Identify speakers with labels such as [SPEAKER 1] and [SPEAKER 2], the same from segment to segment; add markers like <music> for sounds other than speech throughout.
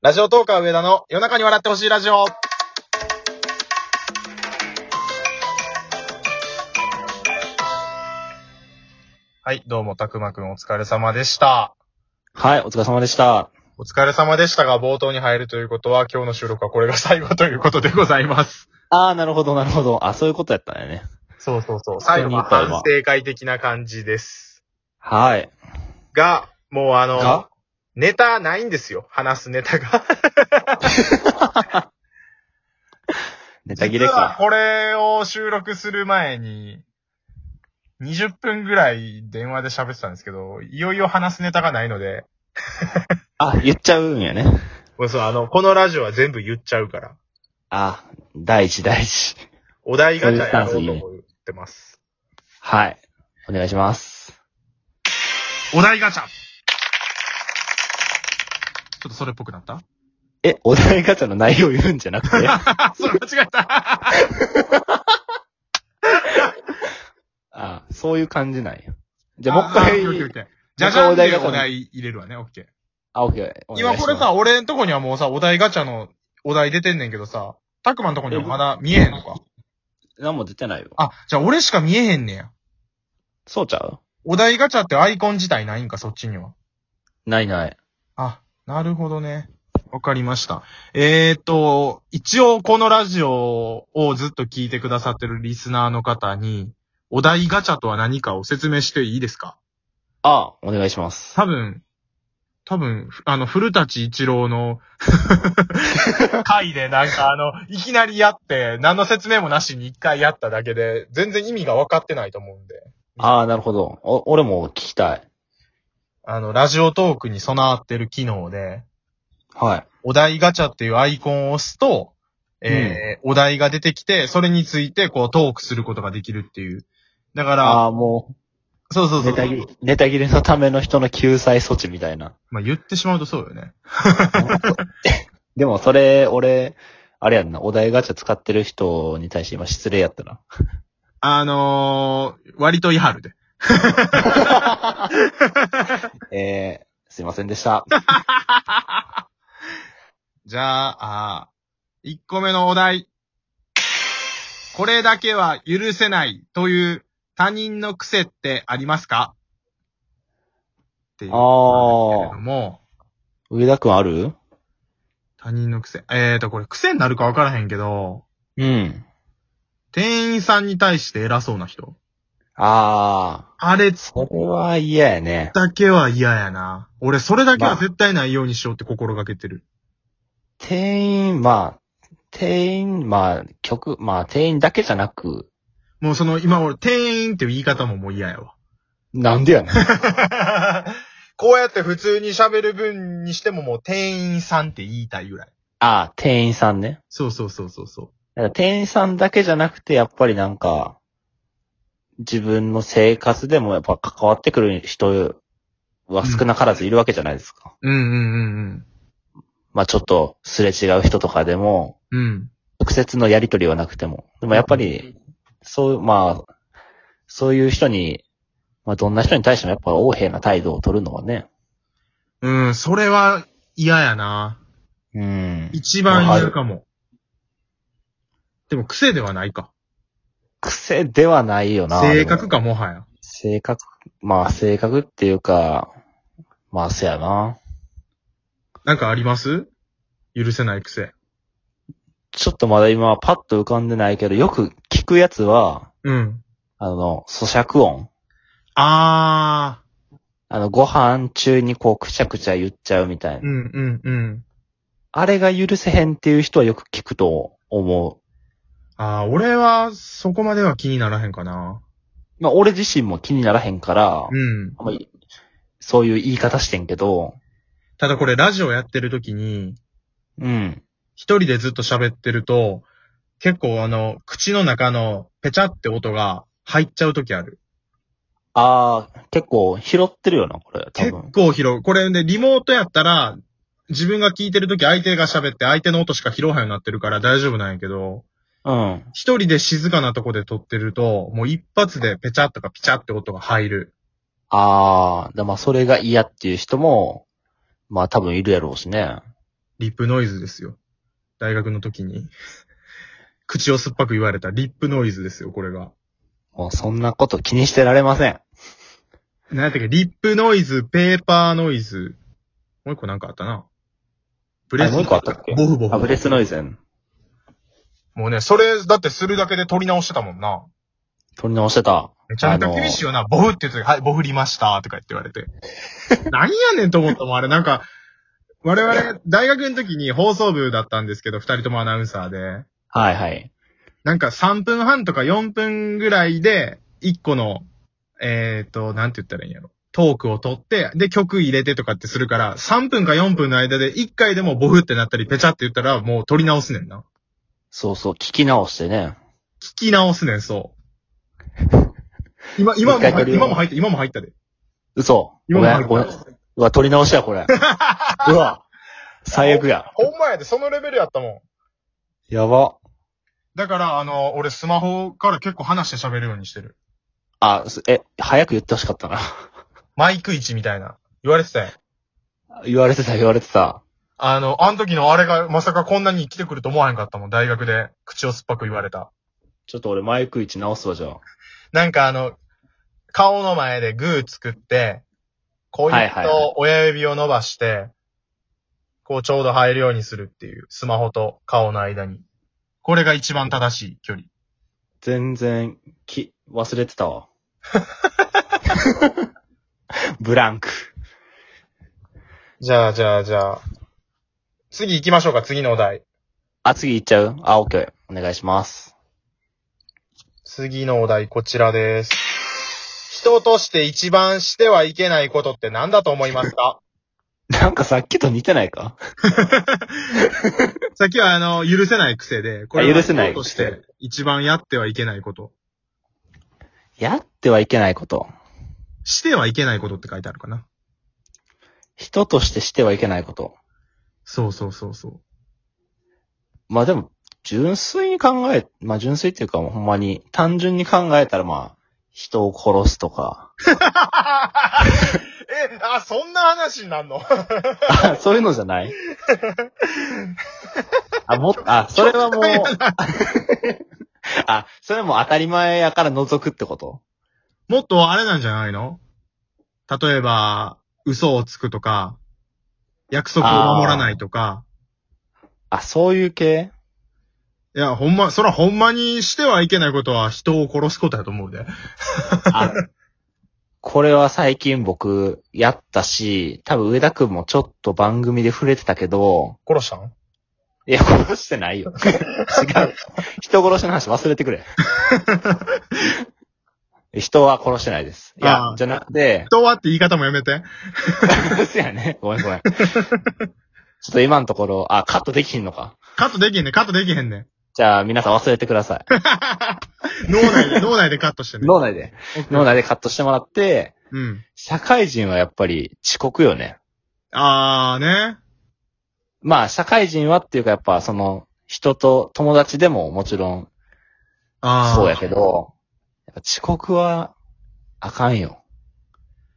[SPEAKER 1] ラジオトーカー上田の夜中に笑ってほしいラジオ。はい、どうも、たくまくんお疲れ様でした。
[SPEAKER 2] はい、お疲れ様でした。
[SPEAKER 1] お疲れ様でしたが、冒頭に入るということは、今日の収録はこれが最後ということでございます。
[SPEAKER 2] あー、なるほど、なるほど。あ、そういうことやったんだよね。
[SPEAKER 1] そうそうそう。最後は
[SPEAKER 2] そういうこと
[SPEAKER 1] 反省会的な感じです。
[SPEAKER 2] はい。
[SPEAKER 1] が、もうあの
[SPEAKER 2] が、
[SPEAKER 1] ネタないんですよ。話すネタが。
[SPEAKER 2] ネタ切
[SPEAKER 1] 実
[SPEAKER 2] れ
[SPEAKER 1] は
[SPEAKER 2] か。
[SPEAKER 1] これを収録する前に、20分ぐらい電話で喋ってたんですけど、いよいよ話すネタがないので、
[SPEAKER 2] あ、言っちゃうんやね。
[SPEAKER 1] もうそう、あの、このラジオは全部言っちゃうから、
[SPEAKER 2] あ、大事、大事。
[SPEAKER 1] お題ガチャやろ
[SPEAKER 2] そ
[SPEAKER 1] と
[SPEAKER 2] うういうスタンスいいね
[SPEAKER 1] 思ってます。
[SPEAKER 2] はい。お願いします。
[SPEAKER 1] お題ガチャちょっとそれっぽくなった
[SPEAKER 2] え、お題ガチャの内容言うんじゃなくて
[SPEAKER 1] あ、 <laughs> それ間違えた
[SPEAKER 2] <laughs> あ、そういう感じなんや。じゃあもう一回
[SPEAKER 1] あオッケーオッケーオッ、ケーじゃじゃんでお
[SPEAKER 2] お題
[SPEAKER 1] 題入れるわね、オッケー。
[SPEAKER 2] あ、オッケー。お願
[SPEAKER 1] 今
[SPEAKER 2] いし
[SPEAKER 1] こ
[SPEAKER 2] ます
[SPEAKER 1] れ、さ、俺んとこにはもうさ、お題ガチャのお題出てんねんけどさ、たくまんとこにはまだ見えへんのか。
[SPEAKER 2] 何も出てないよ。
[SPEAKER 1] あ、じゃあ俺しか見えへんねや。
[SPEAKER 2] そうちゃう
[SPEAKER 1] お題ガチャってアイコン自体ないんか、そっちには。
[SPEAKER 2] ないない。
[SPEAKER 1] あ、なるほどね。わかりました。えーっと、一応このラジオをずっと聞いてくださってるリスナーの方に、お題ガチャとは何かを説明していいですか
[SPEAKER 2] あ、お願いします。
[SPEAKER 1] 多分、多分、ふあの、古立一郎の <laughs> 回でなんかあの、いきなりやって、何の説明もなしに一回やっただけで、全然意味が分かってないと思うんで。
[SPEAKER 2] あー、なるほど。お、俺も聞きたい。
[SPEAKER 1] あの、ラジオトークに備わってる機能で、
[SPEAKER 2] はい。
[SPEAKER 1] お題ガチャっていうアイコンを押すと、えーお題が出てきて、それについてこうトークすることができるっていう。だから、
[SPEAKER 2] あー、も
[SPEAKER 1] そうそう
[SPEAKER 2] う、
[SPEAKER 1] そ
[SPEAKER 2] ネ
[SPEAKER 1] う
[SPEAKER 2] タ切れ、ネタ切れのための人の救済措置みたいな。
[SPEAKER 1] まあ、言ってしまうとそうよね。
[SPEAKER 2] でもそれ、俺、あれやんな、お題ガチャ使ってる人に対して今失礼やったな。
[SPEAKER 1] あのー、割といはるで。
[SPEAKER 2] えー、すいませんで <laughs> した。
[SPEAKER 1] <laughs> じゃあ、あ1個目のお題。これだけは許せないという他人の癖ってありますかっていうことなんですけれども。
[SPEAKER 2] 上田くんある
[SPEAKER 1] 他人の癖。えーと、これ癖になるか分からへんけど、
[SPEAKER 2] うん。
[SPEAKER 1] 店員さんに対して偉そうな人。
[SPEAKER 2] あ
[SPEAKER 1] あれ
[SPEAKER 2] ー、それは嫌やね。
[SPEAKER 1] だけは嫌やな。俺、それだけは絶対ないようにしようって心がけてる。
[SPEAKER 2] 店員、まあ、店員、まあ、曲、まあ、店員だけじゃなく、
[SPEAKER 1] もうその、今俺、店員っていう言い方ももう嫌やわ。
[SPEAKER 2] なんでやねん。
[SPEAKER 1] <laughs> こうやって普通に喋る分にしてももう店員さんって言いたいぐらい。
[SPEAKER 2] あー、店員さんね。
[SPEAKER 1] そうそうそうそうそう。
[SPEAKER 2] だから店員さんだけじゃなくて、やっぱりなんか、自分の生活でもやっぱ関わってくる人は少なからずいるわけじゃないですか。
[SPEAKER 1] うんうんうん
[SPEAKER 2] まあちょっとすれ違う人とかでも、
[SPEAKER 1] うん。うん。
[SPEAKER 2] 直接のやりとりはなくても。でもやっぱり、そう、まあ、そういう人に、まあどんな人に対してもやっぱ横柄な態度を取るのはね。
[SPEAKER 1] うん、それは嫌やな。
[SPEAKER 2] うん。
[SPEAKER 1] 一番嫌かも。でも癖ではないか。
[SPEAKER 2] 癖ではないよな。
[SPEAKER 1] 性格
[SPEAKER 2] か。
[SPEAKER 1] かもはや。
[SPEAKER 2] 性格、まあ性格っていうか、まあせやな。
[SPEAKER 1] なんかあります許せない癖。
[SPEAKER 2] ちょっとまだ今はパッと浮かんでないけど、よく聞くやつは、
[SPEAKER 1] うん。
[SPEAKER 2] あの、咀嚼音。
[SPEAKER 1] あ
[SPEAKER 2] あの、ご飯中にこう、くちゃくちゃ言っちゃうみたいな
[SPEAKER 1] ー。う。んうんうん。
[SPEAKER 2] あれが許せへんっていう人はよく聞くと思
[SPEAKER 1] あー、俺はそこまでは気にならへんかな。
[SPEAKER 2] う。まあ、俺自身も気にならへんから、
[SPEAKER 1] うん。
[SPEAKER 2] あんまりそういう言い方してんけど、
[SPEAKER 1] ただこれラジオやってる時に、
[SPEAKER 2] うん。
[SPEAKER 1] 一人でずっと喋ってると、結構あの、口の中のペチャって音が入っちゃう時ある。
[SPEAKER 2] ああ、結構拾ってるよな、これ、多
[SPEAKER 1] 結
[SPEAKER 2] 分。
[SPEAKER 1] 構拾う。これでリモートやったら、自分が聞いてる時相手が喋って相手の音しか拾わへんようになってるから大丈夫なんやけど、
[SPEAKER 2] うん。
[SPEAKER 1] 一人で静かなとこで撮ってると、もう一発でペチャッとかピチャって音が入る。
[SPEAKER 2] ああ、でまあ、それが嫌っていう人も、まあ、多分いるやろうしね。
[SPEAKER 1] リップノイズですよ。大学の時に。口を酸っぱく言われたリップノイズですよ、これが。
[SPEAKER 2] もうそんなこと気にしてられません。
[SPEAKER 1] なんやったっけ、リップノイズ、ペーパーノイズ。もう一個なんかあったな。ブ
[SPEAKER 2] あもう一個あったっけ
[SPEAKER 1] ボフボ
[SPEAKER 2] アブ
[SPEAKER 1] フ。
[SPEAKER 2] レスノイズン。
[SPEAKER 1] もうね、それ、だってするだけで取り直してたもんな。
[SPEAKER 2] 取り直してた。
[SPEAKER 1] めちゃめちゃ厳しいよな、ボフって言うとき、はい、ボフりました、とか言って言わ
[SPEAKER 2] <laughs>
[SPEAKER 1] れて。何やねんと思ったもん、あれ。なんか、我々、大学の時に放送部だったんですけど、二人ともアナウンサーで。
[SPEAKER 2] はいはい。
[SPEAKER 1] なんか3分半とか4分ぐらいで、1個の、えっ、と、なんて言ったらいいんやろ。トークを取って、で、曲入れてとかってするから、3分か4分の間で1回でもボフってなったり、ペチャって言ったら、もう取り直すねんな。
[SPEAKER 2] そうそう、聞き直してね。
[SPEAKER 1] 聞き直すねん、そう。今、今も
[SPEAKER 2] もう一回
[SPEAKER 1] 入った、
[SPEAKER 2] 取り直
[SPEAKER 1] 今も入った、今も入ったで。
[SPEAKER 2] 嘘。
[SPEAKER 1] 今
[SPEAKER 2] ご
[SPEAKER 1] も
[SPEAKER 2] め
[SPEAKER 1] 入
[SPEAKER 2] ん、ごめん。
[SPEAKER 1] っ
[SPEAKER 2] うわ、取り直しや、
[SPEAKER 1] <laughs>
[SPEAKER 2] これ。うわ、最悪や
[SPEAKER 1] た。。ほんまやで、そのレベルやったもん。
[SPEAKER 2] やば。
[SPEAKER 1] だから、あの、俺スマホから結構話して喋るようにしてる。
[SPEAKER 2] あ、すえ、早く言ってほしかったな。 <laughs>
[SPEAKER 1] マイク位置みたいな。言われてたやん。
[SPEAKER 2] 言われてた、言われてた。
[SPEAKER 1] あの、あの時のあれがまさかこんなに生きてくると思わへんかったもん、大学で。口を酸っぱく言われた。
[SPEAKER 2] ちょっと俺マイク位置直すわ、じゃあ。
[SPEAKER 1] なんかあの、顔の前でグー作って、こうい
[SPEAKER 2] はいはいは
[SPEAKER 1] と親指を伸ばして、こうちょうど入るようにするっていう、スマホと顔の間に。これが一番正しい距離。
[SPEAKER 2] 全然、き、忘れてたわ。 <laughs> ブランク。
[SPEAKER 1] じゃあ、じゃあ、じゃあ。次行きましょうか、次のお題。
[SPEAKER 2] あ、次行っちゃうあ、オッケー。お願いします。
[SPEAKER 1] 次のお題、こちらです。人として一番してはいけないことって何だと思いますか
[SPEAKER 2] なんかさっきと似てないか
[SPEAKER 1] <laughs> さっきはあの、許せない癖で、これ
[SPEAKER 2] あ許せない
[SPEAKER 1] として、一番やってはいけないこと。
[SPEAKER 2] やってはいけないこと。
[SPEAKER 1] してはいけないことって書いてあるかな。
[SPEAKER 2] 人としてしてはいけないこと。
[SPEAKER 1] そうそうそう <laughs> そう。
[SPEAKER 2] まあでも、純粋に考え、まあ純粋っていうかもうほんまに、単純に考えたらまあ、人を殺すとか。
[SPEAKER 1] え、あ、そんな話になんの
[SPEAKER 2] あ、 <laughs> そういうのじゃないあ、もっと、あ、それはもう、 <laughs> あ、それはもう当たり前やから覗くってこと
[SPEAKER 1] <laughs> もっとあれなんじゃないの例えば、嘘をつくとか、約束を守らないとか。
[SPEAKER 2] あ、そういう系
[SPEAKER 1] いや、ほんま、そらほんまにしてはいけないことは人を殺すことやと思うで。
[SPEAKER 2] あ、これは最近僕、やったし、多分上田くんもちょっと番組で触れてたけど、
[SPEAKER 1] 殺したん
[SPEAKER 2] いや、殺してない
[SPEAKER 1] <laughs>
[SPEAKER 2] よ。違う。人殺しの話忘れてくれ。人は殺してないです。いや
[SPEAKER 1] あー、
[SPEAKER 2] じゃなくて、
[SPEAKER 1] 人はって言い方もやめて。
[SPEAKER 2] そうやね。ごめんごめん。ちょっと今のところ、あ、カットできひんのか。
[SPEAKER 1] カットできへんねんカットできへんねん
[SPEAKER 2] じゃあ、皆さん忘れてください。
[SPEAKER 1] 脳内
[SPEAKER 2] <laughs>
[SPEAKER 1] で、脳内でカットしてね。
[SPEAKER 2] 脳内で。脳内でカットしてもらって、
[SPEAKER 1] うん。
[SPEAKER 2] 社会人はやっぱり遅刻よね。
[SPEAKER 1] あーね。
[SPEAKER 2] まあ、社会人はっていうか、やっぱその、人と友達でももちろん
[SPEAKER 1] あー
[SPEAKER 2] そうやけど、やっぱ遅刻は、あかんよ。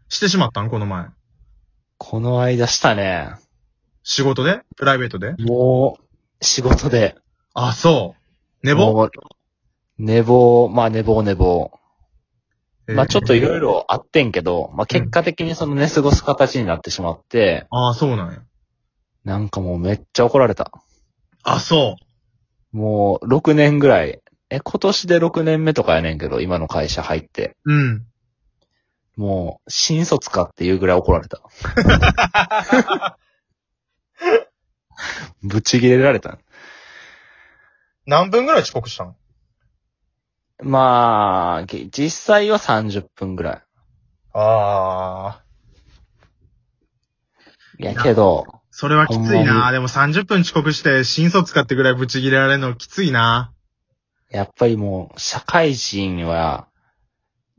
[SPEAKER 1] してしまったんこの前。
[SPEAKER 2] この間したね。
[SPEAKER 1] 仕事でプライベートで
[SPEAKER 2] もう、仕事で。
[SPEAKER 1] あ、そう。寝坊
[SPEAKER 2] もう寝坊、まあ寝坊寝坊。まあちょっといろ
[SPEAKER 1] ろ。
[SPEAKER 2] いろあってんけど、まあ結果的にその寝過ごす形になってしまって、
[SPEAKER 1] あーそうなんや。
[SPEAKER 2] なんかもうめっちゃ怒られた。
[SPEAKER 1] あ、そう。
[SPEAKER 2] もう6年ぐらい。え、今年で6年目とかやねんけど、今の会社入って。
[SPEAKER 1] うん。
[SPEAKER 2] もう、新卒かっていうぐらい怒られた。ぶち切れられた。
[SPEAKER 1] 何分ぐらい遅刻したん
[SPEAKER 2] まあ、ぎ実際は30分ぐらい。
[SPEAKER 1] あ
[SPEAKER 2] いやけど、
[SPEAKER 1] ーそれはきつい
[SPEAKER 2] ほんま
[SPEAKER 1] な。でも30分遅刻して、新卒かってぐらいブチ切れられるのきついな。
[SPEAKER 2] やっぱりもう、社会人は、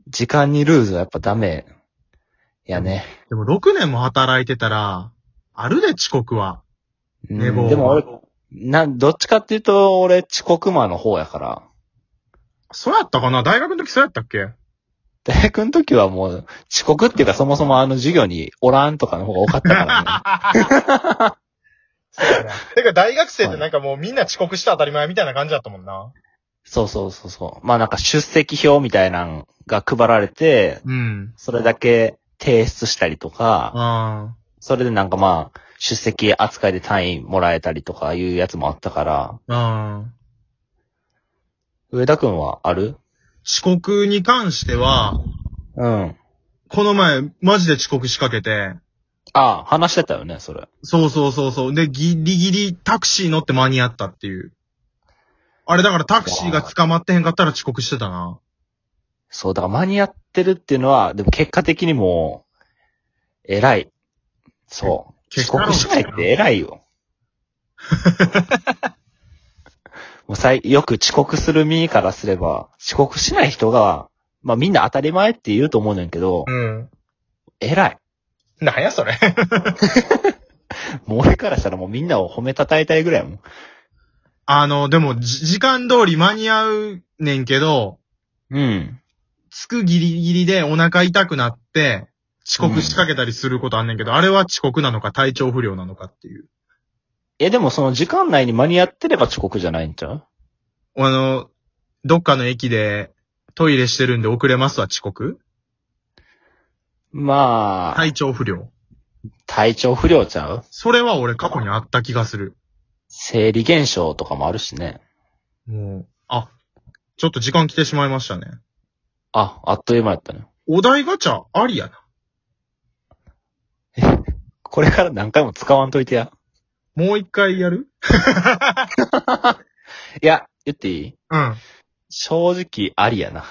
[SPEAKER 2] 時間にルーズはやっぱダメ。やね。
[SPEAKER 1] でも6年も働いてたら、あるで遅刻は。
[SPEAKER 2] うん
[SPEAKER 1] 寝坊
[SPEAKER 2] でも俺、な、どっちかっていうと、俺、遅刻魔の方やから。 <laughs>
[SPEAKER 1] そうやったかな大学の時そうやったっけ
[SPEAKER 2] 大学の時はもう、
[SPEAKER 1] <laughs>
[SPEAKER 2] 遅刻っていうかそもそもあの授業におらんとかの方が多かったからね。
[SPEAKER 1] そうだな <laughs> てか大学生ってなんかもうみんな遅刻して当たり前みたいな感じだったもんな。
[SPEAKER 2] そうそうそうそう。まあなんか出席表みたいなのが配られて、
[SPEAKER 1] うん。
[SPEAKER 2] それだけ提出したりとか、
[SPEAKER 1] あ
[SPEAKER 2] それでなんかまあ、出席扱いで単位もらえたりとかいうやつもあったから、
[SPEAKER 1] あ。ああ。
[SPEAKER 2] 上田くんはある
[SPEAKER 1] 遅刻に関しては、
[SPEAKER 2] うん。
[SPEAKER 1] この前マジで遅刻しかけて、
[SPEAKER 2] ああ、話してたよね、それ。
[SPEAKER 1] そうそうそうそう。で、ギリギリタクシー乗って間に合ったっていう。あれだからタクシーが捕まってへんかったら遅刻してたな。
[SPEAKER 2] そう、だから間に合ってるっていうのは、でも結果的にもう、偉い。そう。
[SPEAKER 1] 結
[SPEAKER 2] 遅
[SPEAKER 1] 果論
[SPEAKER 2] 刻しないって偉い <laughs> よ。もうさいよく遅刻する身からすれば、遅刻しない人が、まあみんな当たり前って言うと思うねんけど、
[SPEAKER 1] うん。
[SPEAKER 2] 偉い。
[SPEAKER 1] なんやそれ。
[SPEAKER 2] もう俺からしたらもうみんなを褒めたたえたいぐらいやもん。
[SPEAKER 1] あの、でも、じ時間通り間に合うねんけど、
[SPEAKER 2] うん。
[SPEAKER 1] 着くギリギリでお腹痛くなって、遅刻しかけたりすることあんねんけど、あれは遅刻なのか体調不良なのかっていう。
[SPEAKER 2] え、でもその時間内に間に合ってれば遅刻じゃないんちゃう
[SPEAKER 1] あの、どっかの駅でトイレしてるんで遅れますは遅刻
[SPEAKER 2] まあ、
[SPEAKER 1] 体調不良。
[SPEAKER 2] 体調不良ちゃう
[SPEAKER 1] それは俺過去にあった気がする。
[SPEAKER 2] 生理現象とかもあるしね。
[SPEAKER 1] もう、あ、ちょっと時間来てしまいましたね。
[SPEAKER 2] あ、あっという間やったね。
[SPEAKER 1] お題ガチャありやな。
[SPEAKER 2] これから何回も使わんといてや。
[SPEAKER 1] もう一回やる <laughs>
[SPEAKER 2] いや、言っていい
[SPEAKER 1] うん。
[SPEAKER 2] 正直ありやな。